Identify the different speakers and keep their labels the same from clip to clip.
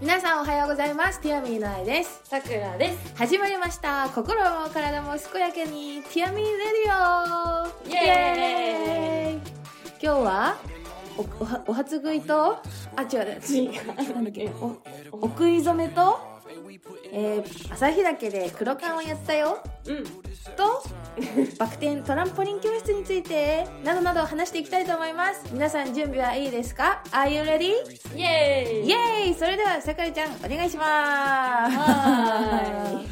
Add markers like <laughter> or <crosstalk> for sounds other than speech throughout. Speaker 1: 皆さんおはようございますティアミーの愛です
Speaker 2: さくらです
Speaker 1: 始まりました心も体も健やかにティアミーレディオ
Speaker 2: イエーイ
Speaker 1: イエーイ今日はおおはお初食いとあ違う違うなんだっけおお食い初めとえー、朝日岳で黒缶をやったよ
Speaker 2: うん
Speaker 1: と <laughs> バク転トランポリン教室についてなどなど話していきたいと思います皆さん準備はいいですか Are you ready?
Speaker 2: イエーイ
Speaker 1: イエーイそれではさくらちゃんお願いしま
Speaker 2: は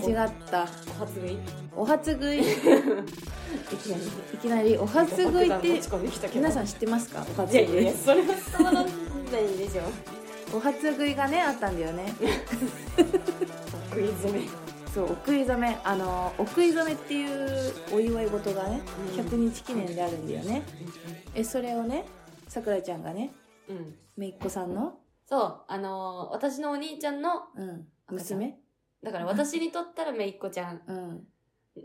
Speaker 1: す <laughs> 間違った
Speaker 2: お初食いい
Speaker 1: お初食いい
Speaker 2: きなり
Speaker 1: きなりお初食いっ
Speaker 2: 落
Speaker 1: て
Speaker 2: ち込んできたけど
Speaker 1: 皆さん知ってますかお初
Speaker 2: いや
Speaker 1: 食
Speaker 2: いやい
Speaker 1: い
Speaker 2: やそれは伝わらない <laughs> でしょ
Speaker 1: お初食いがねあったんだよね
Speaker 2: 食い詰め
Speaker 1: そうお食い初めあのお食い初めっていうお祝い事がね
Speaker 2: うん
Speaker 1: 100日記念であるんだよねえそれをねさくらちゃんがね
Speaker 2: うん
Speaker 1: めいっ子さんの、
Speaker 2: そうあのー私のお兄ちゃんの
Speaker 1: うん、娘
Speaker 2: だから私にとったらめいっ子ちゃん
Speaker 1: うん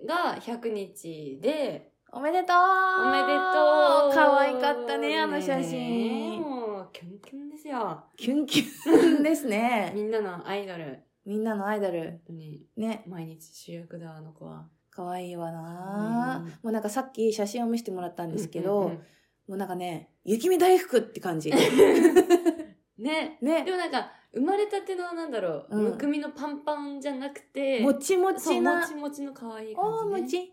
Speaker 2: が100日で
Speaker 1: おめでとう
Speaker 2: お
Speaker 1: お
Speaker 2: めでとう
Speaker 1: 可愛かったねあの写
Speaker 2: ねえ
Speaker 1: 真
Speaker 2: もうキュンキュンですよ
Speaker 1: キュンキュン <laughs> ですね
Speaker 2: みんなのアイドル
Speaker 1: みんなのアイドル
Speaker 2: に
Speaker 1: ね
Speaker 2: 毎日主役だあの子は
Speaker 1: 可愛いわな、
Speaker 2: うん
Speaker 1: もうなんかさっき写真を見せてもらったんですけど、
Speaker 2: うんうん
Speaker 1: もうなんかね雪見大福って
Speaker 2: <laughs>
Speaker 1: 感じ
Speaker 2: うんね
Speaker 1: ね
Speaker 2: でもなんか生まれたてのなんだろう、
Speaker 1: うん
Speaker 2: むくみのパンパンじゃなくて
Speaker 1: もちも
Speaker 2: そう
Speaker 1: ち
Speaker 2: も
Speaker 1: な
Speaker 2: ちもちの可愛い感
Speaker 1: おも
Speaker 2: じ、ね、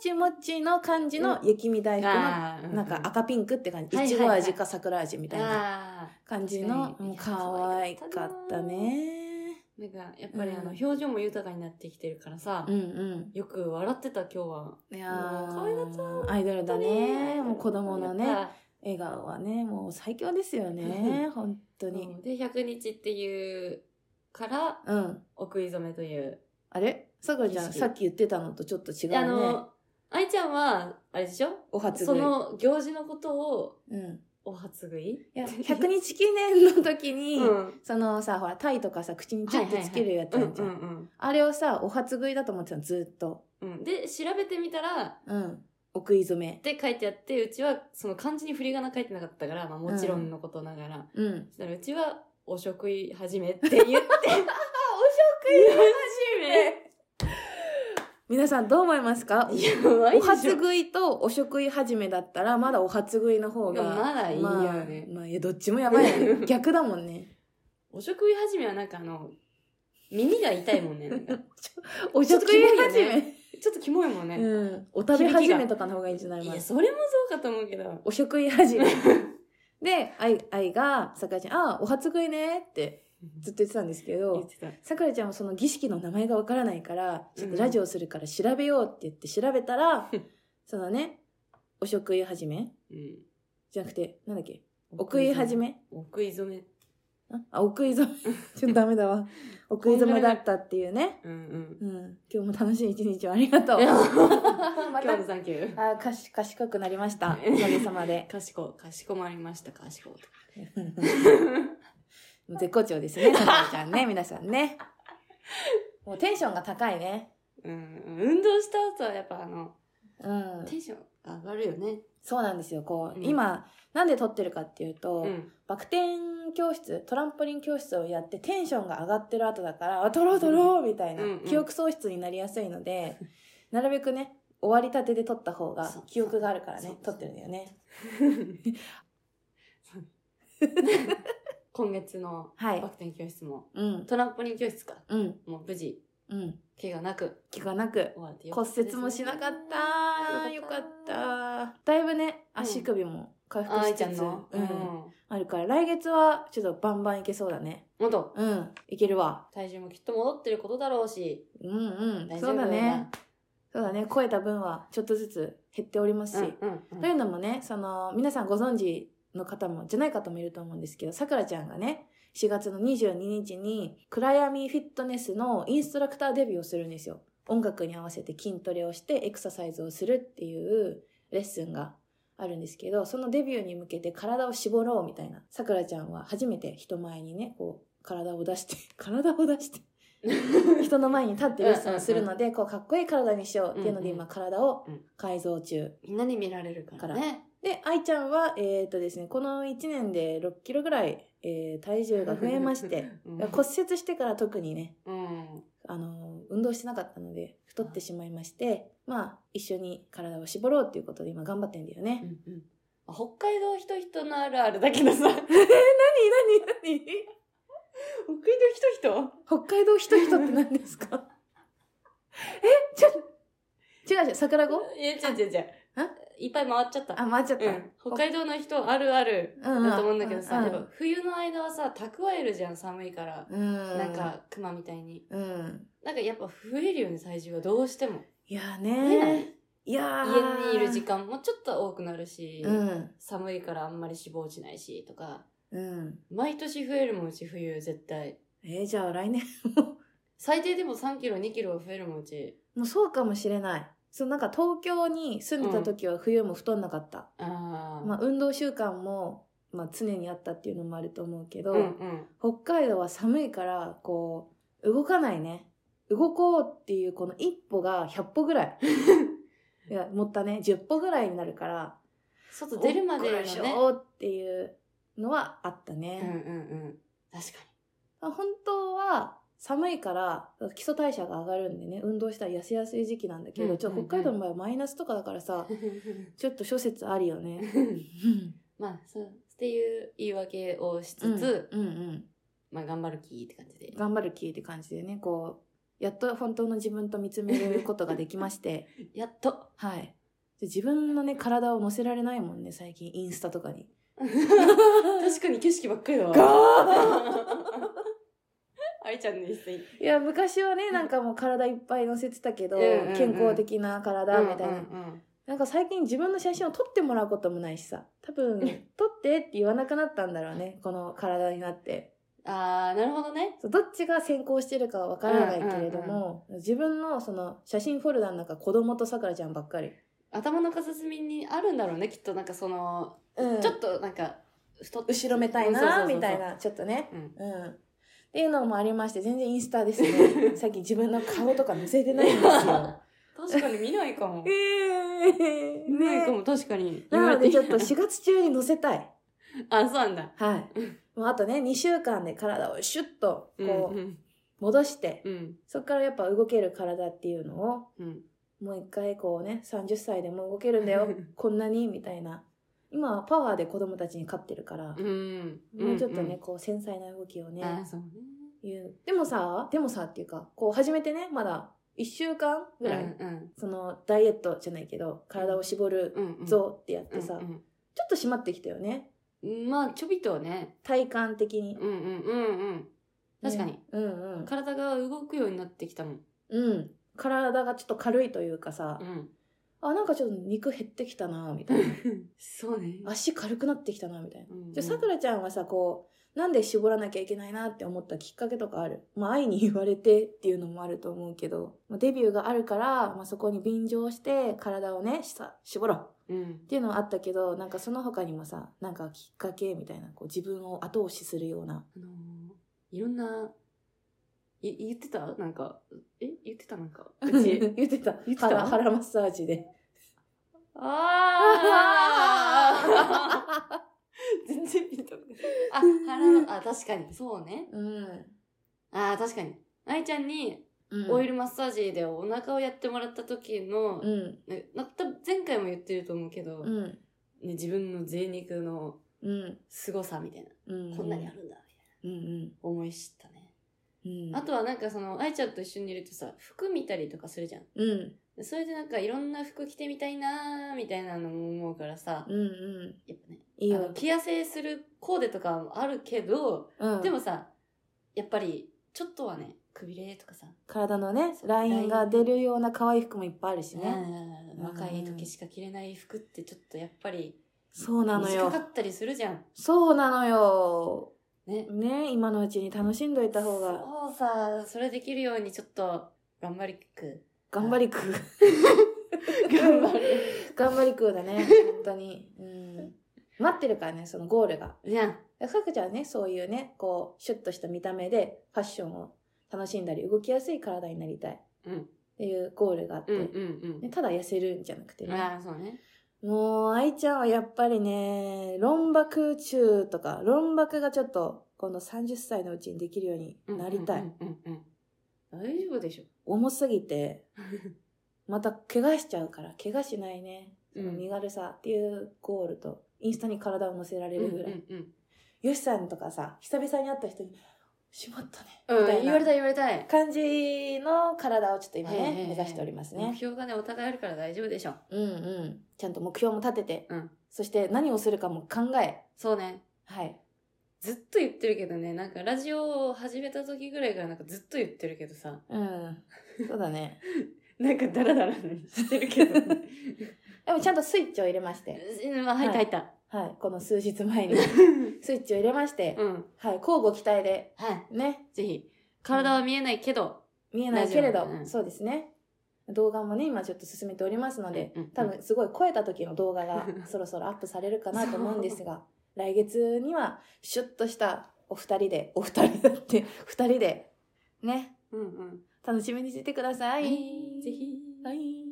Speaker 1: ちもちもちの感じの雪見大福の、
Speaker 2: あーう
Speaker 1: なんか赤ピンクって感じ、
Speaker 2: はいいはい
Speaker 1: ち
Speaker 2: はい
Speaker 1: ご味か桜味みたいな
Speaker 2: あ
Speaker 1: 感じの
Speaker 2: 確かに
Speaker 1: うん可愛かったね
Speaker 2: ーなんかやっぱりあの
Speaker 1: うん
Speaker 2: 表情も豊かになってきてるからさ、
Speaker 1: うんうん
Speaker 2: よく笑ってた今日はい
Speaker 1: や
Speaker 2: もう可愛か
Speaker 1: ー
Speaker 2: った
Speaker 1: アイドルだね
Speaker 2: 本当に
Speaker 1: もう子供の
Speaker 2: や
Speaker 1: ね
Speaker 2: っ
Speaker 1: 笑顔はねもう最強ですよね本当
Speaker 2: た
Speaker 1: に
Speaker 2: そうで100日っていうから
Speaker 1: うん
Speaker 2: お食い初めという、
Speaker 1: あれさくらちゃ
Speaker 2: 意
Speaker 1: ん
Speaker 2: 識
Speaker 1: さっき言ってたのとちょっと違う
Speaker 2: であ
Speaker 1: ね
Speaker 2: の愛ちゃんはあれでしょ
Speaker 1: お初
Speaker 2: そ
Speaker 1: 食い
Speaker 2: の行事のことを <laughs>
Speaker 1: うん
Speaker 2: お初食い
Speaker 1: いや100日記念の時に
Speaker 2: うん
Speaker 1: そのさほらタイとかさ口にちょっとつけるやつあるじゃ
Speaker 2: うん
Speaker 1: ん
Speaker 2: うんうん
Speaker 1: あれをさお初食いだと思ってたのずっと
Speaker 2: うん、で調べてみたらっ
Speaker 1: うんお食い初め
Speaker 2: て書いてあってうちはその漢字に振り仮名書いてなかったから、まあ、もちろんのことながら、
Speaker 1: うん
Speaker 2: そしたらうちは「お食い始め」って言ってお食い
Speaker 1: 皆さんどう思いますか
Speaker 2: 始めやばい
Speaker 1: お
Speaker 2: でしょ
Speaker 1: 初食いとお食い始めだったらまだお初食いの方が
Speaker 2: いやまだいいよね
Speaker 1: まあ、まあ、いやどっちもやばいよ
Speaker 2: <laughs>
Speaker 1: ね逆だもんね
Speaker 2: お食い始めはなんかあの耳が痛いもん
Speaker 1: <laughs>
Speaker 2: ねなんか
Speaker 1: お
Speaker 2: ちょっ
Speaker 1: 食
Speaker 2: と
Speaker 1: い
Speaker 2: キ
Speaker 1: 始
Speaker 2: モいよ
Speaker 1: め、
Speaker 2: ちょっとキモいもんね、
Speaker 1: うん、お食べ始めとかの方がいいんじゃない
Speaker 2: い
Speaker 1: ま
Speaker 2: や
Speaker 1: ず
Speaker 2: それもそうかと思うけど
Speaker 1: お食い始 <laughs> めで愛愛がさくらちゃん「ああお初食いね」ってずっと言ってたんですけ
Speaker 2: 言っ
Speaker 1: ど
Speaker 2: てた
Speaker 1: さくらちゃんはその儀式の名前がわからないからちょっとラジオするから調べようって言って調べたら、
Speaker 2: うん
Speaker 1: そのねお食い始め
Speaker 2: うん
Speaker 1: じゃなくてなんだっけお食い始め
Speaker 2: お食い初め
Speaker 1: あ、お食い <laughs> 初め。ちょっとダメだわ。お食い初めだったっていうね。
Speaker 2: うんう
Speaker 1: う
Speaker 2: ん
Speaker 1: ん。今日も楽しい一日をありがとう。
Speaker 2: <laughs> 今
Speaker 1: ま
Speaker 2: 日
Speaker 1: た
Speaker 2: のサンキュー
Speaker 1: あ、かし、賢くなりました。おかげさまで。
Speaker 2: かしこかしこまりましたかしこ
Speaker 1: <laughs> 絶好調ですね、さくらちゃんね、皆さんね。もうテンションが高いね。
Speaker 2: うん、運動した後はやっぱあの、
Speaker 1: うん。
Speaker 2: テンション上がるよね。
Speaker 1: そうなんですよ。こう、
Speaker 2: うん
Speaker 1: 今、なんで撮ってるかっていうと、
Speaker 2: うん。
Speaker 1: バク転教室、トランポリン教室をやってテンションが上がってる後だから、あ、撮ろう撮ろうみたいな
Speaker 2: うんうん、
Speaker 1: 記憶喪失になりやすいので、なるべくね、終わりたてで撮った方が
Speaker 2: そう
Speaker 1: 記憶があるから
Speaker 2: そう
Speaker 1: ね
Speaker 2: そ、う
Speaker 1: 撮ってるんだよね。
Speaker 2: <laughs> 今月の
Speaker 1: は
Speaker 2: バ
Speaker 1: い
Speaker 2: ク。転教室も、
Speaker 1: うん、
Speaker 2: トランポリン教室か。
Speaker 1: うん、
Speaker 2: もう無事、
Speaker 1: うん。
Speaker 2: 怪我なく
Speaker 1: 気がなく、
Speaker 2: 終わってよかっ
Speaker 1: 骨
Speaker 2: たです
Speaker 1: 折もしなかった。よかった。だいぶね、
Speaker 2: うん
Speaker 1: 足首も回復
Speaker 2: あ
Speaker 1: し
Speaker 2: いち
Speaker 1: つ
Speaker 2: ゃん
Speaker 1: つ、
Speaker 2: の。
Speaker 1: う
Speaker 2: うんん。
Speaker 1: あるから、来月はちょっとバンバンいけそうだね。
Speaker 2: もっと、
Speaker 1: うん、いけるわ。
Speaker 2: 体重もきっと戻ってることだろうし、
Speaker 1: うんうん、
Speaker 2: 大丈
Speaker 1: そ
Speaker 2: 夫
Speaker 1: うだ
Speaker 2: だ
Speaker 1: ね。。そうだね、超えた分はちょっとずつ減っております
Speaker 2: うん
Speaker 1: し。
Speaker 2: うん
Speaker 1: というのもね、その、皆さんご存知の方も、じゃない方もいると思うんですけど、さくらちゃんがね、4月の22日に、暗闇フィットネスのインストラクターデビューをするんですよ。音楽に合わせて筋トレをして、エクササイズをするっていうレッスンがあるんですけど、そのデビューに向けて体を絞ろうみたいな。さくらちゃんは初めて人前にね、こう、体を出して、 <laughs> 体を出して、
Speaker 2: うん。
Speaker 1: 人の前に立ってレッスンをするので、こう、かっこいい体にしようっていうので、
Speaker 2: うんうん
Speaker 1: 今、体を
Speaker 2: うん
Speaker 1: 改造中。
Speaker 2: みんなに見られるからね。
Speaker 1: で、愛ちゃんは、えっ、とですね、この1年で6キロぐらい、えー体重が増えまして、
Speaker 2: うん、
Speaker 1: 骨折してから特にね、
Speaker 2: うん
Speaker 1: あの、運動してなかったので、太ってしまいまして、まあ、一緒に体を絞ろうということで今頑張ってんだよね。
Speaker 2: うんうんあ北海道人人のあるあるだけ
Speaker 1: <laughs>
Speaker 2: どさ北海道
Speaker 1: え、なになになに
Speaker 2: 人人
Speaker 1: 北海道人々って何です
Speaker 2: <laughs>
Speaker 1: かえ、ちょ、違う違う、桜子
Speaker 2: <laughs> いや違う違う違ういっぱい回っちゃった
Speaker 1: あ、回っちゃった。
Speaker 2: うん、北海道の人あるある
Speaker 1: 道
Speaker 2: だと思うんだけどさ、
Speaker 1: うん
Speaker 2: やっぱ冬の間はさ蓄えるじゃん寒いから、
Speaker 1: うん。
Speaker 2: なん、か熊みたいに
Speaker 1: うん。
Speaker 2: なんかやっぱ増えるよね体重はどうしても
Speaker 1: いやー
Speaker 2: 増えない
Speaker 1: ねいやー
Speaker 2: 家にいる時間もちょっと多くなるし、
Speaker 1: うん。
Speaker 2: 寒いからあんまり脂肪落ちないしとか
Speaker 1: うん。
Speaker 2: 毎年増えるもんうち冬絶対
Speaker 1: えーじゃあ来年
Speaker 2: 最低でも3キロ2キロは増えるもんうち
Speaker 1: もうそうかもしれない。そう、なんか東京に住んでた時は冬も太んなかった。
Speaker 2: ああ
Speaker 1: まあ運動習慣も、まあ常にあったっていうのもあると思うけど、
Speaker 2: うんうん
Speaker 1: 北海道は寒いから、こう、動かないね。動こうっていうこの一歩が100歩ぐら
Speaker 2: <laughs>
Speaker 1: い。いや、持ったね、10歩ぐらいになるから、
Speaker 2: 外出るまでの
Speaker 1: おっ
Speaker 2: ね
Speaker 1: こらしょーっていうのはあったね。
Speaker 2: うんうんうん確か
Speaker 1: 本当は寒いから基礎代謝が上がるんでね運動したら痩せやすい時期なんだけど、
Speaker 2: うん
Speaker 1: ちょっと北海道の場合はマイナスとかだからさ <laughs> ちょっと諸説あるよね。
Speaker 2: に <laughs> まあそうっていう言い訳をしつつ、
Speaker 1: うんうん、
Speaker 2: まあ頑張る気って感じで
Speaker 1: 頑張る気って感じでねこうやっと本当の自分と見つめることができまして
Speaker 2: やっと
Speaker 1: <laughs> はいで自分のね体を乗せられないもんね最近インスタとかに。
Speaker 2: 確かに景色ばっかりだ
Speaker 1: ガ
Speaker 2: わ <laughs> 愛ちゃんの一戦
Speaker 1: いや昔はねなんかもう体いっぱい乗せてたけど、
Speaker 2: うんうんうん
Speaker 1: 健康的な体みたいな、
Speaker 2: うんうん
Speaker 1: なんか最近自分の写真を撮ってもらうこともないしさ。多 <laughs> 分、撮ってって言わなくなったんだろうね。この体になって。
Speaker 2: うんああなるほどね
Speaker 1: そうどっちが先行してるかはわからないけれども、自分のその写真フォルダの中子供とさくらちゃんばっかり。
Speaker 2: 頭の片隅にあるんだろうねきっとなんかその、
Speaker 1: うん
Speaker 2: ちょっとなんか太っ
Speaker 1: 後ろめたい
Speaker 2: うんそうそう
Speaker 1: な
Speaker 2: そうそう
Speaker 1: みたいな、ちょっとね。
Speaker 2: うん
Speaker 1: うん。っていうのもありまして、全然インスタです
Speaker 2: <laughs>
Speaker 1: ね。最近自分の顔とか見せてないんですよ。
Speaker 2: 確かに見ないか <laughs> も
Speaker 1: ええ
Speaker 2: 見ないかも確かに言わ
Speaker 1: な
Speaker 2: れ
Speaker 1: の
Speaker 2: て
Speaker 1: で
Speaker 2: み
Speaker 1: ち
Speaker 2: た
Speaker 1: ょっ
Speaker 2: ら
Speaker 1: と4月中に載せたい。
Speaker 2: あそうなんだ
Speaker 1: はい。もうあとね、2週間で体をシュッと、
Speaker 2: うん
Speaker 1: こ
Speaker 2: う
Speaker 1: う、
Speaker 2: ん
Speaker 1: 戻して、
Speaker 2: うん
Speaker 1: そこからやっぱ動ける体っていうのを、
Speaker 2: うん
Speaker 1: もう一回こうね、30歳でも動けるんだ
Speaker 2: <laughs>
Speaker 1: よ、こんなに、みたいな。今はパワーで子供たちに勝ってるから、
Speaker 2: うん
Speaker 1: もうちょっとね、こう繊細な動きを
Speaker 2: うんうんあ
Speaker 1: ね
Speaker 2: ー、そうね
Speaker 1: いう。でもさ、でもさっていうか、こう始めてね、まだ1週間ぐらい、
Speaker 2: うんうん
Speaker 1: そのダイエットじゃないけど、体を絞る
Speaker 2: うんうん
Speaker 1: ぞってやってさ、
Speaker 2: うん
Speaker 1: ちょっと締まってきたよね。
Speaker 2: うんまあちょびっとはね
Speaker 1: 体感的に。
Speaker 2: うんうんうんうん確かに、
Speaker 1: ねうんうん。
Speaker 2: 体が動くようになってきたもん、
Speaker 1: うん。体がちょっと軽いというかさ、
Speaker 2: うん、
Speaker 1: あ、なんかちょっと肉減ってきたな、みたい
Speaker 2: <laughs>
Speaker 1: な。
Speaker 2: そうね
Speaker 1: 足軽くなってきたな、みたいな。
Speaker 2: うんうん
Speaker 1: じゃ、さくらちゃんはさ、こう、なんで絞らなきゃいけないなって思ったきっかけとかあるまあ、愛に言われてっていうのもあると思うけど、まあ、デビューがあるから、まあ、そこに便乗して、体をね、さ、絞ろう
Speaker 2: うん
Speaker 1: っていうのはあったけど、なんかその他にもさ、なんかきっかけみたいな、こう、自分を後押しするような。
Speaker 2: あのーいろんない言ってたなんかえ言ってたなんかうち
Speaker 1: <laughs> 言ってた。
Speaker 2: 言ってた
Speaker 1: 腹腹マッサージで。
Speaker 2: あ <laughs> 全然ピンとこないあ腹あ確かにそうね
Speaker 1: うん。
Speaker 2: あー確かに愛ちゃんに
Speaker 1: うん
Speaker 2: オイルマッサージでお腹をやってもらった時の、
Speaker 1: うん。
Speaker 2: ねな多分前回も言ってると思うけど、ね、
Speaker 1: うん。
Speaker 2: 自分の贅肉の
Speaker 1: うん。
Speaker 2: 凄さみたいな、
Speaker 1: うん。
Speaker 2: こんなにあるんだみ
Speaker 1: うんう
Speaker 2: たいな
Speaker 1: ん。
Speaker 2: 思い知ったね、
Speaker 1: うん
Speaker 2: あとはなんかその愛ちゃんと一緒にいるとさ服見たりとかするじゃん
Speaker 1: うん。
Speaker 2: でそれでなんかいろんな服着てみたいなーみたいなのも思うからさ、
Speaker 1: うんうん。
Speaker 2: やっぱね
Speaker 1: いい
Speaker 2: あの
Speaker 1: よ。
Speaker 2: 着痩せするコーデとかもあるけど、
Speaker 1: うん。
Speaker 2: でもさやっぱりちょっとはねくびれとかさ、
Speaker 1: 体のね、ラインが出るような可愛い服もいっぱいあるしね。
Speaker 2: うん若い時しか着れない服ってちょっとやっぱり
Speaker 1: そうなの
Speaker 2: 短
Speaker 1: よ
Speaker 2: か。ったりするじゃん
Speaker 1: そうなのよ。
Speaker 2: ね
Speaker 1: ね、今のうちに楽しんどいた方が、
Speaker 2: そうさそれできるようにちょっと頑張りく
Speaker 1: 頑張り <laughs> く。
Speaker 2: 頑張る
Speaker 1: 頑張りくだね。本当に。うん。待ってるからね、そのゴールが。
Speaker 2: じゃん
Speaker 1: さくちゃんはね、そういうね、こう、シュッとした見た目で、ファッションを楽しんだり、動きやすい体になりたい。っ
Speaker 2: うん
Speaker 1: ていうゴールがあって。
Speaker 2: うんうんうん
Speaker 1: ねただ痩せるんじゃなくてね。
Speaker 2: ああそうね
Speaker 1: もう、愛ちゃんはやっぱりね、論爆中とか、論爆がちょっと、この30歳のうちにできるようになりたい。
Speaker 2: うんうんうんうん大丈夫でしょ。
Speaker 1: 重すぎ
Speaker 2: <laughs>
Speaker 1: て、また怪我しちゃうから、怪我しないね。その身軽さっていうゴールと、インスタに体を乗せられるぐらい。
Speaker 2: うんうん
Speaker 1: よしさんとかさ、久々に会った人に、しまったね。
Speaker 2: うん
Speaker 1: みたいな
Speaker 2: 言われたい言われたい。
Speaker 1: 感じの体をちょっと今
Speaker 2: へーへ
Speaker 1: ね
Speaker 2: ーへ、ー
Speaker 1: 目指しております
Speaker 2: 目
Speaker 1: ね。
Speaker 2: 標がね、お互いあるから大丈夫でしょ。
Speaker 1: うんうん。ちゃんと目標も立てて、
Speaker 2: うん
Speaker 1: そして何をするかも考え、
Speaker 2: そうね。
Speaker 1: はい。
Speaker 2: ずっと言ってるけどね、なんかラジオを始めた時ぐらいからなんかずっと言ってるけどさ、
Speaker 1: うん。そうだね。
Speaker 2: なんかダラダラしてるけど、
Speaker 1: <laughs>
Speaker 2: ね。
Speaker 1: でもちゃんとスイッチを入れまして、
Speaker 2: うんまあ入った入った。
Speaker 1: はい。この数日前にスイッチを入れまして、
Speaker 2: うん。
Speaker 1: はい。交互期待で、
Speaker 2: は
Speaker 1: ね、
Speaker 2: い。ぜひ。体は見えないけど、
Speaker 1: 見えないけれ
Speaker 2: ラ
Speaker 1: ど
Speaker 2: ジオ、ね
Speaker 1: そうですね。動画もね、今ちょっと進めておりますので、
Speaker 2: うんうんうん
Speaker 1: 多分すごい超えた時の動画
Speaker 2: <laughs>
Speaker 1: がそろそろアップされるかなと思うんですが、来月にはシュッとしたお二人で、お二人だって、 <laughs> 二人で、ね、
Speaker 2: うんうん。
Speaker 1: 楽しみにしててください。
Speaker 2: ぜひ。
Speaker 1: はい。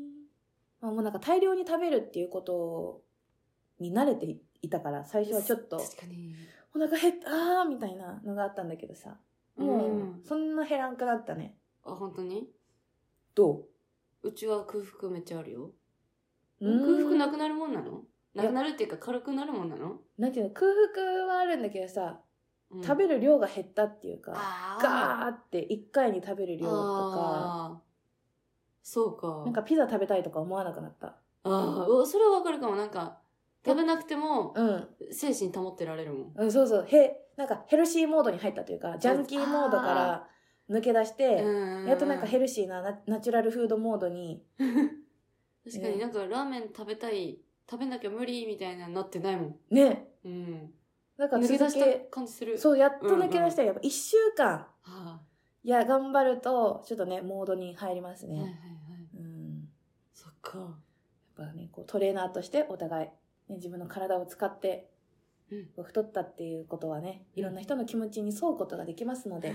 Speaker 1: まあ、もうなんか大量に食べるっていうことに慣れていたから、最初はちょっと、
Speaker 2: 確かに。
Speaker 1: お腹減った、あーみたいなのがあったんだけどさ。も
Speaker 2: ん
Speaker 1: う、そんな減らんくなったね。
Speaker 2: あ、本当に
Speaker 1: ど
Speaker 2: うちは空腹めっちゃあるよ。
Speaker 1: う
Speaker 2: 空腹な
Speaker 1: く
Speaker 2: くなるもんなの
Speaker 1: や
Speaker 2: なくなるっていうか軽くなるもんなの、
Speaker 1: なんていうの、空腹はあるんだけどさ、食べ
Speaker 2: る
Speaker 1: る量が減ったっていうか、
Speaker 2: あー
Speaker 1: ガーって一回に食べる量とか、
Speaker 2: あーそうか。
Speaker 1: なんかピザ食べたいとか思わなくなった。
Speaker 2: ああ、うわそれはわかるかも。なんか、食べなくても、
Speaker 1: うん。
Speaker 2: 精神保ってられるもん。
Speaker 1: うん、そうそう。へ、なんかヘルシーモードに入ったというか、ジャンキーモードから抜け出して、
Speaker 2: うん
Speaker 1: やっとなんかヘ
Speaker 2: ル
Speaker 1: ルシーなナナチュラルフードモードに、
Speaker 2: 確か
Speaker 1: ね
Speaker 2: になんかラーメン食べたい、食べなきゃ無理みたいなのになってないもん。
Speaker 1: ね、
Speaker 2: うん。
Speaker 1: なんか
Speaker 2: 抜け
Speaker 1: 続
Speaker 2: 出した
Speaker 1: け、
Speaker 2: 感じする。う。
Speaker 1: そう、やっと抜け出したら、やっぱ1週間、
Speaker 2: はい
Speaker 1: や、頑張ると、ちょっとね、モードに入ります
Speaker 2: あ、はいはいはい
Speaker 1: ね。。うん。
Speaker 2: そっか。 <laughs>
Speaker 1: やっぱね、こうトレーナーとしてお互い、ね、自分の体を使って
Speaker 2: うん、
Speaker 1: 太ったっていうことはね、いろんな人の気持ちに沿うことができますので、
Speaker 2: へ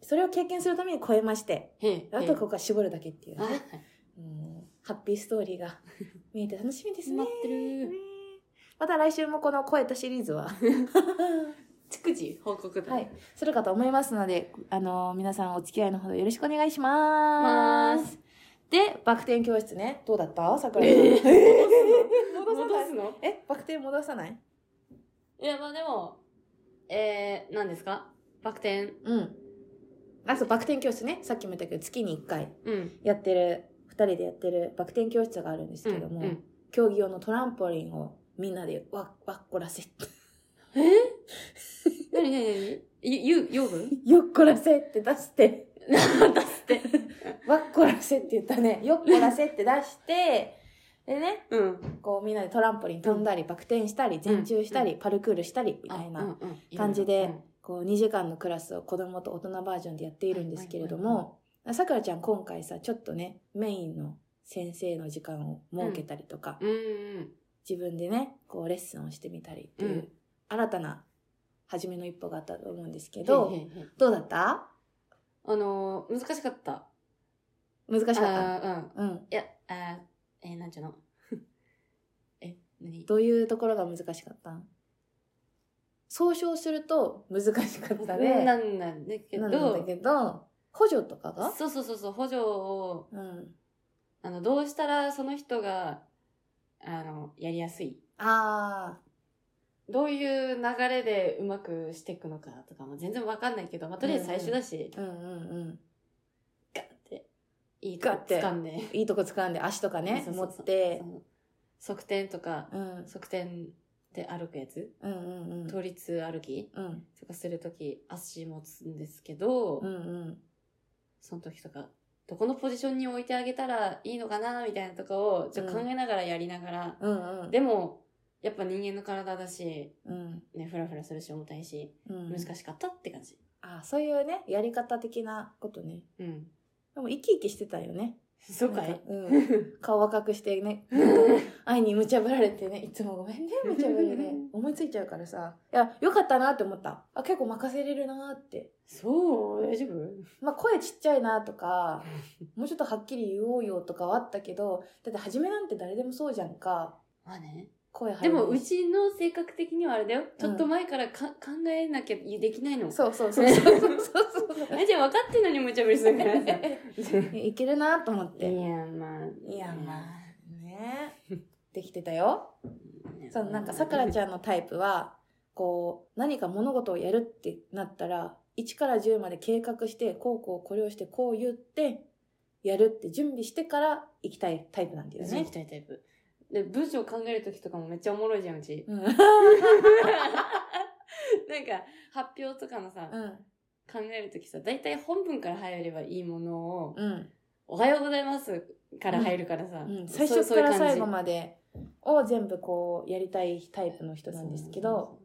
Speaker 1: それを経験するために超えまして、
Speaker 2: え。
Speaker 1: あとはここは絞るだけっていう
Speaker 2: あ、
Speaker 1: ね、
Speaker 2: はいはい。
Speaker 1: うんハッピーストーリーが見えて楽しみですね
Speaker 2: <laughs> 待。ってる。
Speaker 1: また来週もこの超えたシリーズは、
Speaker 2: 逐次報告だ。
Speaker 1: はい。、するかと思いますので、あの皆さんお付き合いのほどよろしくお願いします。
Speaker 2: ます
Speaker 1: で、バク転教室ね、どうだった桜井さん。
Speaker 2: えー、
Speaker 1: 戻さない
Speaker 2: <laughs> 戻す
Speaker 1: <laughs>
Speaker 2: の
Speaker 1: え、バク転戻さない
Speaker 2: いや、まあでも、えー、何ですかバク転。
Speaker 1: うん。あ、そう、バク転教室ね。さっきも言ったけど、月に1回
Speaker 2: うん。
Speaker 1: やってる、2人でやってるバク転教室があるんですけども、
Speaker 2: うん
Speaker 1: 競技用のトランポリンをみんなでわわっこらせ、 <laughs>
Speaker 2: えなになになにゆ、ゆ、用 <laughs> 具
Speaker 1: よっこらせって出して、
Speaker 2: なんだって。
Speaker 1: わっこらせって言ったね。よっこらせって出して、でね、
Speaker 2: うん。
Speaker 1: こうみんなでトランポリン飛んだり、バク転したり、前宙したり、パルクールしたり、みたいな、感じでこう2時間のクラスを子供と大人バージョンでやっているんですけれど
Speaker 2: はいはい
Speaker 1: も、さくらちゃん今回さ、ちょっとね、メインの先生の時間を設けたりとか、
Speaker 2: うんうん。
Speaker 1: 自分でね、こうレッスンをしてみたりっていう、
Speaker 2: うん
Speaker 1: 新たな初めの一歩があったと思うんですけ
Speaker 2: け
Speaker 1: ど、
Speaker 2: ど、
Speaker 1: どうだった
Speaker 2: あのー、難しかった。
Speaker 1: 難しかった
Speaker 2: あーうん。
Speaker 1: うん。
Speaker 2: いや、あーえー、なんちゅうの <laughs> え、なに
Speaker 1: どういうところが難しかったん総称すると難しかった
Speaker 2: <laughs>
Speaker 1: ね。
Speaker 2: な
Speaker 1: なん
Speaker 2: なんだけ
Speaker 1: んだ
Speaker 2: ど、
Speaker 1: けど、補助とかが
Speaker 2: そうそうそうそう、補助を
Speaker 1: うん。
Speaker 2: あの、どうしたらその人が、あの、やりやすい。
Speaker 1: あ
Speaker 2: どういう流れでうまくしていくのかとかも全然わかんないけど、まあ、とりあえず最初だし、
Speaker 1: あ、うんうんうん。
Speaker 2: ガッて、いいか
Speaker 1: ガッて
Speaker 2: 掴んで、
Speaker 1: いいとこ掴んで足とかね
Speaker 2: そう
Speaker 1: 持
Speaker 2: そうそう
Speaker 1: って
Speaker 2: そ、の側転とか、
Speaker 1: うん、うん
Speaker 2: 側転で歩くやつ、
Speaker 1: うんうん
Speaker 2: 倒立歩き
Speaker 1: うん
Speaker 2: とかするとき、足持つんですけど、
Speaker 1: うんうん
Speaker 2: その時とか、どこのポジションに置いてあげたらいいのかな、みたいなとかを、ちょっと考えながらやりながら、
Speaker 1: うんうん
Speaker 2: でも、やっぱ人間の体だし、
Speaker 1: うん
Speaker 2: ね、ふらふらするし重たいし、
Speaker 1: うん
Speaker 2: 難しかったって感じ。
Speaker 1: あそういうねやり方的なことね
Speaker 2: うん。
Speaker 1: でも生き生きしてたよね
Speaker 2: そうか
Speaker 1: なん <laughs>
Speaker 2: い
Speaker 1: かうん、顔若くしてね本当愛に無茶ぶられてねいつもごめんね無茶ぶり
Speaker 2: <laughs>
Speaker 1: で思いついちゃうからさいやよかったなって思ったあ結構任せれるなって
Speaker 2: そう、大丈夫
Speaker 1: まあ声ちっちゃいなとかもうちょっとはっきり言おうよとかはあったけどだって初めなんて誰でもそうじゃんか
Speaker 2: まあね。
Speaker 1: 声張
Speaker 2: で
Speaker 1: ります
Speaker 2: も、うちの性格的にはあれだよ。ちょっと前からか、考えなきゃできないの。
Speaker 1: そうそうそうそうそうそうそう
Speaker 2: <laughs> え、じゃあ分かってんのに無茶ぶりするから
Speaker 1: <laughs>
Speaker 2: さ。
Speaker 1: いけるなと思っ
Speaker 2: い
Speaker 1: て。
Speaker 2: や、まあ。
Speaker 1: いや、まあ、ね。できてたよ。そのなんか、さくらち
Speaker 2: ゃん。
Speaker 1: ゃんのタイプは、こう、何か物事をやるってなったら、1から10まで計画して、こうこうこれをして、こう言って、やるって準備してから行きたいタイプなんだよ
Speaker 2: ね、
Speaker 1: ね
Speaker 2: き。たいタイプ。で、文章考えるときとかもめっちゃおもろいじゃん、う <laughs> ち。
Speaker 1: うん。
Speaker 2: なんか、発表とかのさ、
Speaker 1: うん。
Speaker 2: 考えるときさ、だいたい本文から入ればいいものを、
Speaker 1: うん。
Speaker 2: おはようございますから入るからさ。
Speaker 1: うん、最初から最後までを全部こうやりたいタイプの人
Speaker 2: で
Speaker 1: なんですけど、。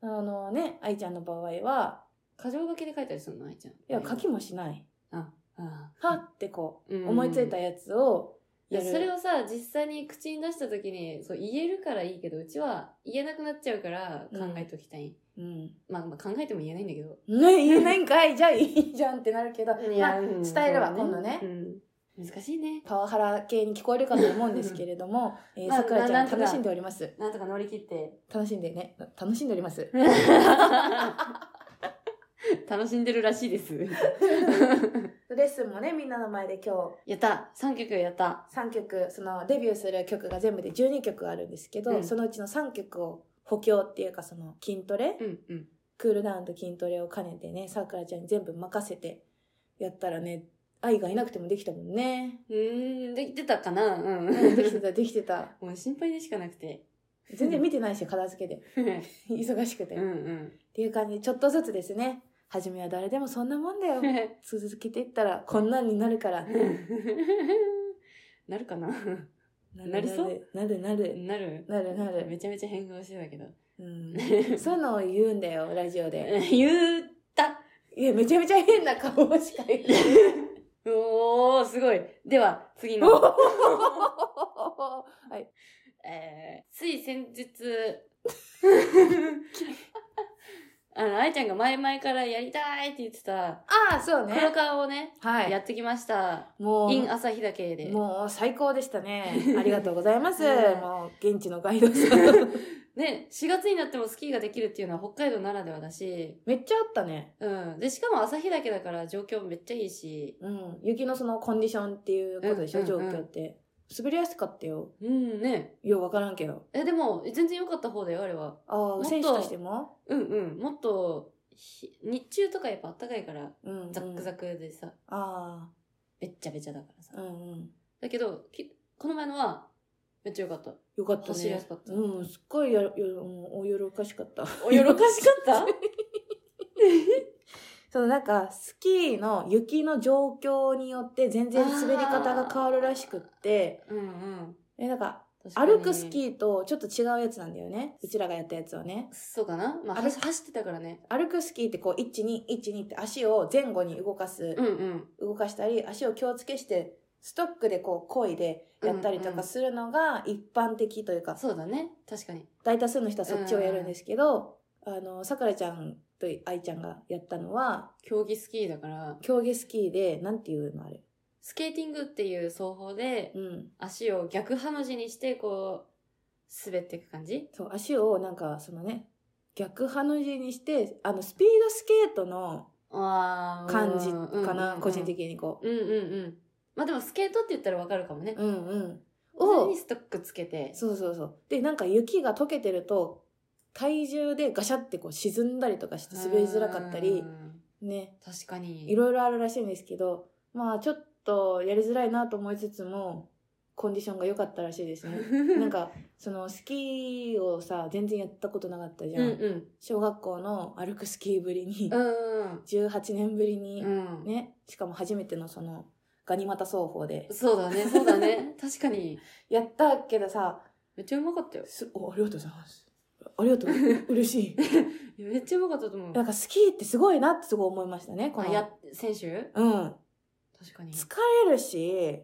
Speaker 1: あのね、愛ちゃんの場合は、
Speaker 2: 過剰書きで書いたりするの愛ちゃん。い
Speaker 1: いや、書きもしない。
Speaker 2: あ、あ
Speaker 1: はってこ
Speaker 2: うん
Speaker 1: う、思いついたやつを
Speaker 2: い
Speaker 1: や
Speaker 2: や
Speaker 1: る。
Speaker 2: それをさ実際に口に出した時にそう言えるからいいけどうちは言えなくなっちゃうから考えときたい、
Speaker 1: うん。
Speaker 2: まあ、まあ考えても言えないんだけど、
Speaker 1: ね、言えないんか <laughs> い、じゃあいいじゃんってなるけど、まあ
Speaker 2: 伝
Speaker 1: 伝えるわ今度ね
Speaker 2: 難しいね
Speaker 1: パワハラ系に聞こえるかと思うんですけれど
Speaker 2: <laughs>
Speaker 1: も、えー
Speaker 2: まあ
Speaker 1: さくらち
Speaker 2: な
Speaker 1: ゃ
Speaker 2: なん
Speaker 1: ん
Speaker 2: とか
Speaker 1: 楽しんでおります。
Speaker 2: なんとか乗り切って
Speaker 1: 楽しんでね、楽しんでおり
Speaker 2: <laughs>
Speaker 1: ます。
Speaker 2: 楽しんでるらしいです
Speaker 1: レッスンもね、みんなの前で今日、
Speaker 2: <laughs> やった3曲やった
Speaker 1: 3曲そのデビューする曲が全部で12曲あるんですけど、
Speaker 2: うん
Speaker 1: そのうちの3曲を補強っていうかその筋トレ、
Speaker 2: うんうん
Speaker 1: クールダウンと筋トレを兼ねてねさくらちゃんに全部任せてやったらね愛がいなくてもできたもんね
Speaker 2: うーんできてたかな
Speaker 1: う
Speaker 2: う
Speaker 1: ん
Speaker 2: ん
Speaker 1: <laughs> できてたできてた
Speaker 2: <laughs> もう心配でしかなく <laughs> て
Speaker 1: 全然見てないし片付けで <laughs>
Speaker 2: う
Speaker 1: 忙しくて、
Speaker 2: ん
Speaker 1: っ
Speaker 2: うん
Speaker 1: ていう感じでちょっとずつですね初めは誰でもそんなもんだ
Speaker 2: <laughs>
Speaker 1: よ続けていったらこんなんになるから
Speaker 2: <laughs> なるかな
Speaker 1: なる
Speaker 2: なりそう
Speaker 1: なるなる
Speaker 2: なる
Speaker 1: なるなる、
Speaker 2: めちゃめちゃ変顔してたけど。 <laughs>
Speaker 1: うん、そういうのを言うんだよラジオで
Speaker 2: 言った <laughs>
Speaker 1: いやめちゃめちゃ変な顔をしか言ってない
Speaker 2: おー、すごい。では、次
Speaker 1: お
Speaker 2: の。
Speaker 1: ーはい
Speaker 2: えー、つい先日、 <laughs> あの、愛ちゃんが前々からやりたいって言ってた、
Speaker 1: <laughs> ああそう
Speaker 2: 黒
Speaker 1: ね
Speaker 2: 顔をね、
Speaker 1: はい
Speaker 2: やってきました。
Speaker 1: もう
Speaker 2: in 朝日岳で。
Speaker 1: もう最高でした
Speaker 2: <laughs>
Speaker 1: ね。ありがとうございます。
Speaker 2: うん
Speaker 1: もう現地のガイドさん。
Speaker 2: <laughs>
Speaker 1: <laughs>
Speaker 2: ね、4月になってもスキーができるっていうのは北海道ならではだし、
Speaker 1: めっちゃあったね。
Speaker 2: うん。で、しかも朝日岳だから状況めっちゃいいし、
Speaker 1: うん。雪のそのコンディションっていうことでしょ、
Speaker 2: うんうん
Speaker 1: 状
Speaker 2: うん
Speaker 1: 況って。滑りやすかったよ。
Speaker 2: うんね。
Speaker 1: ようわからんけど。
Speaker 2: え、でも、全然良かった方だよ、あれは。
Speaker 1: あ
Speaker 2: っ
Speaker 1: あ、
Speaker 2: と
Speaker 1: 選手としても
Speaker 2: うんうん。もっとひ、日中とかやっぱ暖かいから、
Speaker 1: うん、
Speaker 2: ザックザ
Speaker 1: ク。
Speaker 2: クでさ、
Speaker 1: あ
Speaker 2: べっちゃべちゃだからさ。
Speaker 1: あ、うんうん。
Speaker 2: だけど、きこの前のは、めっちゃ良か
Speaker 1: <laughs>
Speaker 2: った。
Speaker 1: よかったね。
Speaker 2: 走りやすかった
Speaker 1: うん、すっごいやよ、うんおよろかしかった。
Speaker 2: およろかしかった
Speaker 1: そのなんか、スキーの雪の状況によって全然滑り方が変わるらしくって、
Speaker 2: うんうん。
Speaker 1: え、なんか、
Speaker 2: 確かに
Speaker 1: 歩くスキーとちょっと違うやつなんだよね。うちらがやったやつはね。
Speaker 2: そうかなま
Speaker 1: 歩
Speaker 2: あ、
Speaker 1: く
Speaker 2: 走走ってたからね。
Speaker 1: 歩くスキーってこう1212って足を前後に動かす、
Speaker 2: うんうん。
Speaker 1: 動かしたり足を気をつけしてストックでこう漕いでやったりと
Speaker 2: うんうん
Speaker 1: かするのが一般的というか、
Speaker 2: そうだね。確かに。
Speaker 1: 大多数の人はそっちをやるんですけど、あのさくらちゃんと愛ちゃんがやったのは
Speaker 2: 競技スキーだから、
Speaker 1: 競技スキーでなんていうのあれ
Speaker 2: スケーティングっていう走法で
Speaker 1: う、ん
Speaker 2: 足を逆ハの字にして、こう、滑っていく感じ
Speaker 1: そう足をなんかそのね逆ハの字にしてあのスピードスケートの
Speaker 2: あー
Speaker 1: 感じ
Speaker 2: うんうんうん
Speaker 1: かな、個人的にこ
Speaker 2: うんうんうん。まあでもスケートって言ったらわかるかもね
Speaker 1: う。。うんうん
Speaker 2: 普
Speaker 1: を
Speaker 2: 通にストックつけて。
Speaker 1: そうそうそう。で、なんか雪が溶けてると、体重でガシャってこう沈んだりとかして滑りづらかったり
Speaker 2: う、ん。
Speaker 1: ね、
Speaker 2: 確かに。
Speaker 1: いろいろあるらしいんですけど、まあちょっとやりづらいなと思いつつも、コンディションが良かったらしいです
Speaker 2: <laughs>
Speaker 1: ね。なんか、そのスキーをさ、全然やったことなかったじゃ。
Speaker 2: うんんうん。
Speaker 1: 小学校の歩くスキーぶりに
Speaker 2: う、ん
Speaker 1: 18年ぶり
Speaker 2: う
Speaker 1: に、
Speaker 2: ん。うん。
Speaker 1: ね、しかも初めてのその、ガニ股奏法で。
Speaker 2: そうだね、そうだね。確かに。
Speaker 1: やったけどさ、
Speaker 2: めっちゃうまかったよ。
Speaker 1: すおありがとうございます。ありがとう。嬉し
Speaker 2: <laughs>
Speaker 1: い。
Speaker 2: めっちゃうまかったと思う
Speaker 1: なん。かスキーってすごいなってすごい思いましたね、こ
Speaker 2: あ、
Speaker 1: の。
Speaker 2: や、選手
Speaker 1: うん。
Speaker 2: 確かに。
Speaker 1: 疲れるし、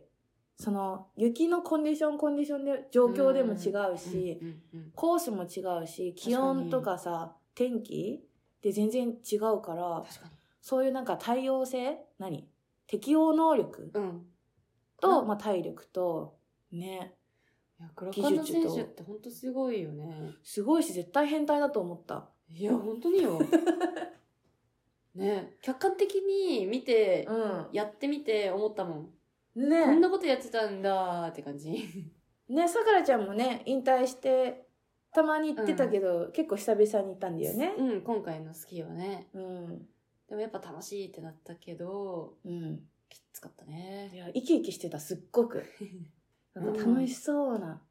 Speaker 1: その、雪のコンディション、コンディションで、状況でも違うし、
Speaker 2: うんうん
Speaker 1: コースも違うし、気温とかさ、天気で全然違うか
Speaker 2: うん
Speaker 1: ら、
Speaker 2: 確かに。
Speaker 1: そういうなんか対応性何適応能力
Speaker 2: うん。
Speaker 1: と、
Speaker 2: うん
Speaker 1: まあ体力と、ね。
Speaker 2: いや、黒川選手って本当すごいよね。
Speaker 1: すごいし、絶対変態だと思った。
Speaker 2: いや、本当
Speaker 1: <laughs>
Speaker 2: によ。ね、客観的に見て、
Speaker 1: う
Speaker 2: やってみて思ったもん。
Speaker 1: ん。
Speaker 2: こん
Speaker 1: ね
Speaker 2: なことやってたんだーって感じ。
Speaker 1: ね、さくらちゃんもね、引退して、たまに行ってたけど、結構久々に行ったんだよね。
Speaker 2: <laughs> うん、今回のスキーはね。
Speaker 1: うん。
Speaker 2: でもやっぱ楽しいってなったけど、
Speaker 1: うん。
Speaker 2: きつかったね
Speaker 1: い。や、生き生きしてた、すっご <laughs> く。なんか楽しそうな。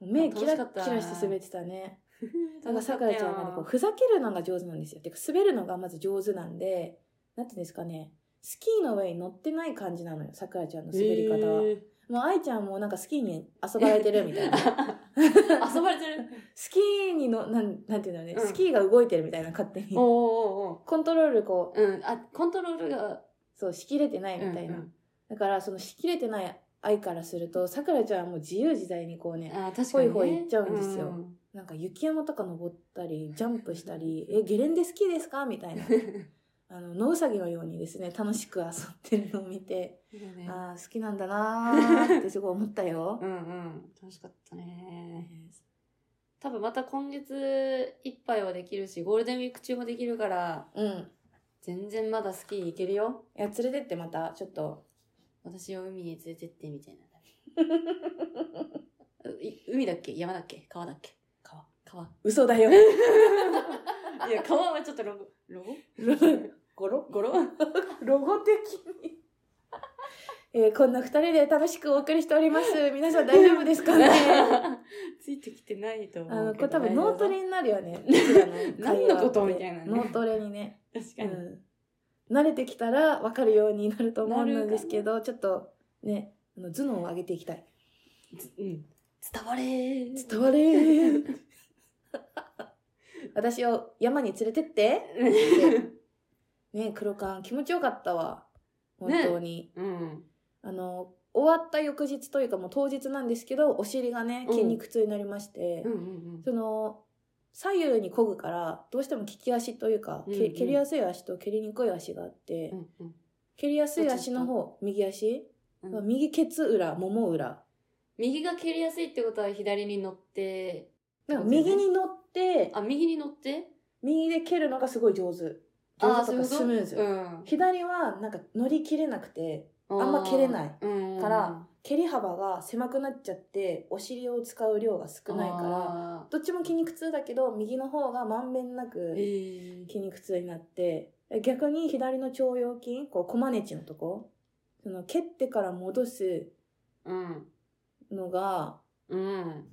Speaker 1: 目キラッキラして滑ってたね。 <laughs> なんかさくらちゃんがね、こう、ふざけるのが上手なんですよ。てか、滑るのがまず上手なんで、なんていうんですかね、スキーの上に乗ってない感じなのよ、さくらちゃんの滑り方は。
Speaker 2: え
Speaker 1: もう愛ちゃんもなんかスキーに遊ばれてるみたいな。
Speaker 2: ー <laughs> 遊ばれてる。
Speaker 1: スキーにの、なん、なんていうのね、
Speaker 2: うん
Speaker 1: スキーが動いてるみたいな、勝手に。
Speaker 2: お
Speaker 1: コ
Speaker 2: おおう
Speaker 1: ントロールこう、
Speaker 2: おう。うん、あ、コントロールが、
Speaker 1: そう、しきれてないみたいな。
Speaker 2: うん
Speaker 1: だから、そのしきれてない愛からすると、さくらちゃんはもう自由自在にこう
Speaker 2: うん
Speaker 1: ね、
Speaker 2: あー、確かに、ね。
Speaker 1: ホイホイ行っちゃうんですよ
Speaker 2: ん
Speaker 1: なんか雪山とか登ったり、ジャンプしたり、え、ゲレンデ好きですかみ
Speaker 2: <laughs>
Speaker 1: たいな。あの、野うさぎのようにですね、楽しく遊んでるのを見て、
Speaker 2: いいよね
Speaker 1: ああ、好きなんだなーってすごい思ったよ
Speaker 2: <laughs> う。んうん。楽しかったね。多分また今月いっぱいはできるし、ゴールデンウィーク中もできるから、
Speaker 1: うん。
Speaker 2: 全然まだスキー行けるよ。
Speaker 1: いや、連れてってまた、ちょっと。
Speaker 2: 私を海に連れてってみたいな。 <laughs> い海だっけ山だっけ川だっけ川。川。
Speaker 1: 嘘だよ。<laughs>
Speaker 2: <laughs> いや、川はちょっとロゴ、ロゴ
Speaker 1: ゴロ
Speaker 2: <laughs> ゴロ
Speaker 1: ロゴ的に。 <laughs> えーこんな二人で楽しくお送りしており
Speaker 2: <laughs>
Speaker 1: ます。皆さん大丈夫ですかね
Speaker 2: <laughs> ついてきてないと
Speaker 1: あ
Speaker 2: 思
Speaker 1: の、こ
Speaker 2: うけ
Speaker 1: れ
Speaker 2: ど。
Speaker 1: 多分脳トレ
Speaker 2: 大
Speaker 1: になるよね。うちら会話って
Speaker 2: <laughs> 何のことみたいなね
Speaker 1: 脳トレにね。
Speaker 2: 丈夫。確か
Speaker 1: う
Speaker 2: に。
Speaker 1: ん。慣れてきたら分かるようになると思うんですけど、ちょっとね、あの頭脳を上げていきたい。
Speaker 2: つうん。伝われー。
Speaker 1: 伝われー <laughs> 私を山に連れて
Speaker 2: <laughs>
Speaker 1: って。ね、黒缶気持ちよかったわ。本当に。
Speaker 2: うん。
Speaker 1: あの、終わった翌日というかもう当日なんですけど、お尻がね、
Speaker 2: うん
Speaker 1: 筋肉痛になりまして、
Speaker 2: うんうん
Speaker 1: その、左右に漕ぐから、どうしても利き足というか、け
Speaker 2: うんうん
Speaker 1: 蹴りやすい足と蹴りにくい足があって、
Speaker 2: うん。うん
Speaker 1: 蹴りやすい足の方、右足、
Speaker 2: うん
Speaker 1: は右ケツ裏、もも裏。
Speaker 2: 右が蹴りやすいってことは左に乗って、
Speaker 1: なんか右に乗って、
Speaker 2: あ、右に乗って
Speaker 1: 右で蹴るのがすごい上手。
Speaker 2: あ
Speaker 1: 上
Speaker 2: ー
Speaker 1: 手とか
Speaker 2: そういうこと
Speaker 1: スムーズ。
Speaker 2: うん。
Speaker 1: 左はなんか乗り切れなくて、
Speaker 2: あ
Speaker 1: んま蹴れない
Speaker 2: か
Speaker 1: から蹴り幅が狭くなっちゃって、お尻を使う量が少ないから、どっちも筋肉痛だけど右の方がまんべんなく
Speaker 2: えー
Speaker 1: 筋肉痛になって逆に左の腸腰筋こうコマネチのとこその蹴ってから戻す
Speaker 2: うん
Speaker 1: のが
Speaker 2: うん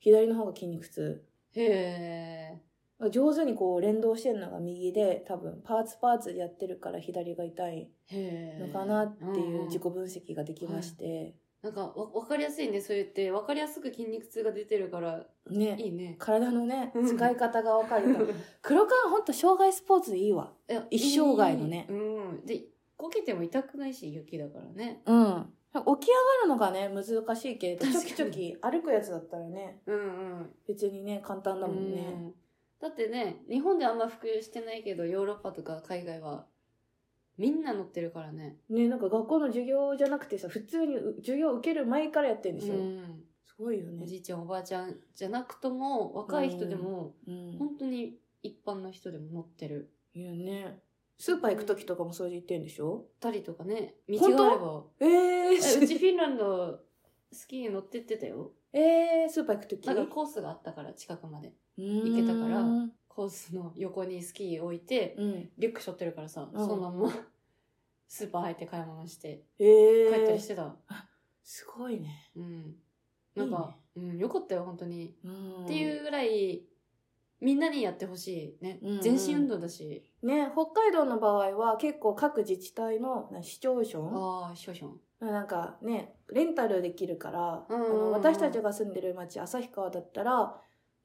Speaker 1: 左の方が筋肉痛
Speaker 2: へえ
Speaker 1: 上手にこう連動してるのが右で多分パーツパーツでやってるから左が痛い
Speaker 2: へえ
Speaker 1: のかなっていうん自己分析ができまして、
Speaker 2: なんかわわかりやすいねそうやってわかりやすく筋肉痛が出てるから
Speaker 1: ね
Speaker 2: いいね
Speaker 1: 体のね
Speaker 2: うん
Speaker 1: 使い方が分かると黒川ほんと障害スポーツでいいわ
Speaker 2: いや
Speaker 1: 一生涯のね
Speaker 2: いいうんでこけても痛くないし雪だからね
Speaker 1: うん起き上がるのがね難しいけれどちょ
Speaker 2: 確
Speaker 1: きち
Speaker 2: か
Speaker 1: ょ
Speaker 2: に
Speaker 1: き歩くやつだったらね
Speaker 2: うんうん
Speaker 1: 別にね簡単だもんね、
Speaker 2: うんだってね日本であんま普及してないけどヨーロッパとか海外はみんな乗ってるからね
Speaker 1: ねなんか学校の授業じゃなくてさ普通にう授業受ける前からやってるんですよ、
Speaker 2: うん
Speaker 1: すごいよ
Speaker 2: お
Speaker 1: ね、
Speaker 2: じいちゃんおばあちゃんじゃなくとも若い人でも
Speaker 1: うん、
Speaker 2: 本当に一般の人でも乗ってる
Speaker 1: いやねスーパー行く時とかもそれで行ってんでしょ
Speaker 2: たりとかね道
Speaker 1: 本当
Speaker 2: があれば
Speaker 1: ええ
Speaker 2: えうちフィンランドスキー乗ってってたよ
Speaker 1: えー、スーパー行く時
Speaker 2: なんかコースがあったから近くまで
Speaker 1: 行
Speaker 2: けたから
Speaker 1: うん
Speaker 2: コースの横にスキー置いて
Speaker 1: うん
Speaker 2: リュック背負ってるからさ、
Speaker 1: うん
Speaker 2: そのまんま <laughs> スーパー入って買い物して
Speaker 1: え
Speaker 2: 帰
Speaker 1: ー、
Speaker 2: ったりしてた、
Speaker 1: すごいね、
Speaker 2: うんなんかうん、よかったよ本当に、
Speaker 1: うん、
Speaker 2: っていうぐらいみんなにやってほしいね、
Speaker 1: うんうん
Speaker 2: 全身運動だし
Speaker 1: ね北海道の場合は結構各自治体のな市町村
Speaker 2: ああしょしょ
Speaker 1: なんかね、レンタルできるから、
Speaker 2: うんう
Speaker 1: あ
Speaker 2: んう
Speaker 1: の
Speaker 2: ん
Speaker 1: 私たちが住んでる町、旭川だったら、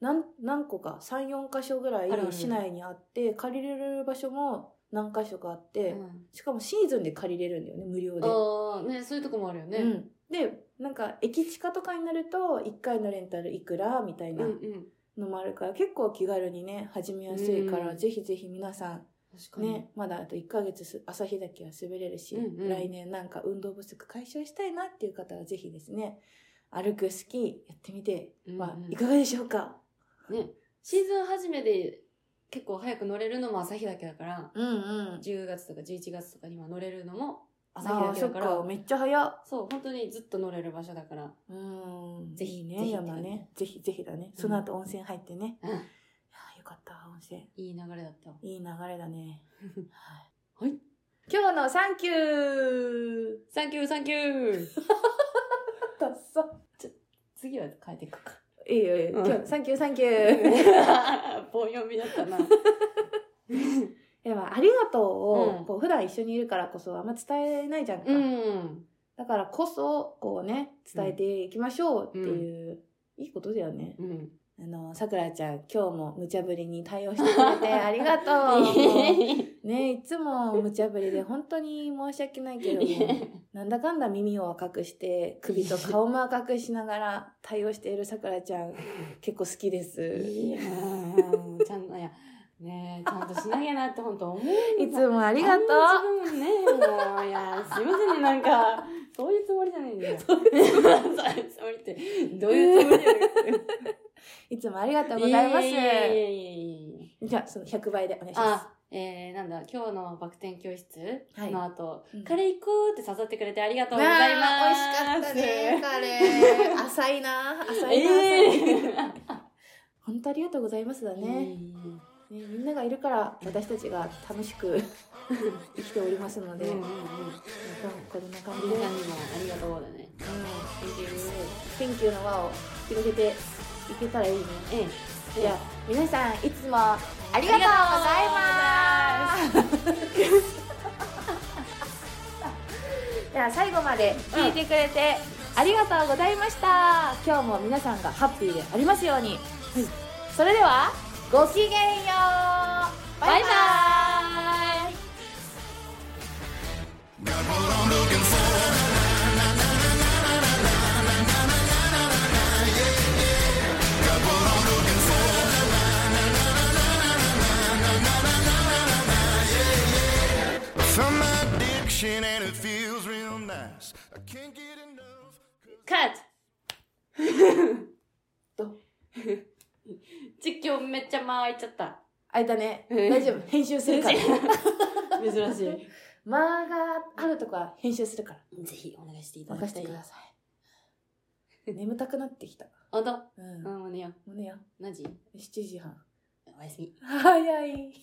Speaker 1: 何、何個か、3、4箇所ぐらい
Speaker 2: あるある
Speaker 1: 市内にあって、借りれる場所も何箇所かあっ
Speaker 2: う
Speaker 1: て、
Speaker 2: ん、
Speaker 1: しかもシーズンで借りれるんだよね、無料で。
Speaker 2: ああねそういうとこもあるよね、
Speaker 1: うん、で、なんか、駅地下とかになると、1回のレンタルいくらみたい
Speaker 2: うん
Speaker 1: な
Speaker 2: うん
Speaker 1: のもあるから、結構気軽にね、始めやすいから、
Speaker 2: うん
Speaker 1: ぜひぜひ皆さん、
Speaker 2: 確かに、
Speaker 1: ね、まだあと1ヶ月す、朝日岳は滑れるし、
Speaker 2: うんうん
Speaker 1: 来年なんか運動不足解消したいなっていう方はぜひですね、歩くスキーやってみて
Speaker 2: うんうん
Speaker 1: はいかがでしょうか
Speaker 2: ね、シーズン初めで結構早く乗れるのも朝日だけだから、
Speaker 1: うんうん。
Speaker 2: 10月とか11月とかには乗れるのも朝日
Speaker 1: あ
Speaker 2: だ
Speaker 1: あ、
Speaker 2: け
Speaker 1: そ
Speaker 2: だ
Speaker 1: っ
Speaker 2: から、
Speaker 1: か、めっちゃ早っ。
Speaker 2: そう、本当にずっと乗れる場所だから、
Speaker 1: うん。
Speaker 2: ぜ
Speaker 1: い
Speaker 2: ひ
Speaker 1: い
Speaker 2: ぜ
Speaker 1: ね、
Speaker 2: ひ
Speaker 1: 山ね。ぜひぜひだね。その後温泉入ってね。
Speaker 2: うん
Speaker 1: いやーよかった、温泉。
Speaker 2: いい流れだったわ。
Speaker 1: いい流れだね。
Speaker 2: <laughs> はい。
Speaker 1: 今日のサンキュー
Speaker 2: サンキュー、サンキュー
Speaker 1: <laughs> だっさ。
Speaker 2: 次は変えていくか。
Speaker 1: いいよいいよ。
Speaker 2: うん
Speaker 1: 今日、サンキューサンキュー。
Speaker 2: <laughs> 棒読みだったな。
Speaker 1: でも、ありがとう
Speaker 2: う
Speaker 1: を
Speaker 2: ん、
Speaker 1: こう、普段一緒にいるからこそ、あんま伝えないじゃんか。
Speaker 2: <laughs> うん。
Speaker 1: だからこそ、こうね、伝えていきましょうっていう、いいことだよね。
Speaker 2: うん。 <laughs>
Speaker 1: あの、さくらちゃん、今日も無茶ぶりに対応してく
Speaker 2: <laughs>
Speaker 1: れてありがとう。ね、いつも無茶ぶりで本当に申し訳ないけども、なんだかんだ耳を赤くして、首と顔も赤くしながら対応しているさくらちゃん、結構好きです。
Speaker 2: いやーちゃんと、いや、ねえちゃんとしなきゃなって本当思う。
Speaker 1: いつもありがとう
Speaker 2: う。ねもう、いや、すいませんね、な
Speaker 1: <laughs>
Speaker 2: んか、そういうつもりじゃないんだよ。そういうつもりって、どういうつもりやね
Speaker 1: いつもありがと
Speaker 2: ん
Speaker 1: うございます。
Speaker 2: いやいやいやいやいや
Speaker 1: じゃあ、その100倍でお願いします。
Speaker 2: あ、えー、なんだ、今日のバク転教室
Speaker 1: はい
Speaker 2: の後、
Speaker 1: うん
Speaker 2: カレー行こうって誘ってくれてありがとうございます。
Speaker 1: わあ美味しかったね、カレー。浅いな、浅いな。浅いな
Speaker 2: え
Speaker 1: 本当ありがとうございますだ
Speaker 2: ー、
Speaker 1: ね。ね、みんながいるから私たちが楽しく生きておりますの
Speaker 2: う
Speaker 1: で、
Speaker 2: んうんうん。
Speaker 1: 今日もこんな感じで、
Speaker 2: 皆さんにもありがとうだね。
Speaker 1: 天気の輪を広げていけたらいいね。
Speaker 2: ええ。
Speaker 1: じゃあ皆さんいつもありがとうござい <laughs> ます。じゃあ最後まで聞いてくれてありがとうございました。今日も皆さんがハッピーでありますように。それではごきげんよう。バイバイ。
Speaker 3: From my addiction and it feels real nice. I can't get enough.
Speaker 2: カッ
Speaker 1: <laughs>
Speaker 2: ト
Speaker 1: ど
Speaker 2: 実況めっちゃ間空いちゃった。
Speaker 1: あいたね。
Speaker 2: うん
Speaker 1: 大丈夫。編集するから。 <laughs>
Speaker 2: 珍しい。
Speaker 1: 間があるとこは編集するから。
Speaker 2: <laughs> ぜひお願いしていただ
Speaker 1: 任
Speaker 2: き
Speaker 1: せ
Speaker 2: た
Speaker 1: て
Speaker 2: い
Speaker 1: く。 <laughs> ださい。眠たくなってきた。
Speaker 2: あんた、
Speaker 1: うん。
Speaker 2: う
Speaker 1: も
Speaker 2: ん、おねよ。
Speaker 1: うねよ。
Speaker 2: 何時
Speaker 1: 7時半。
Speaker 2: おやすみ。
Speaker 1: 早い。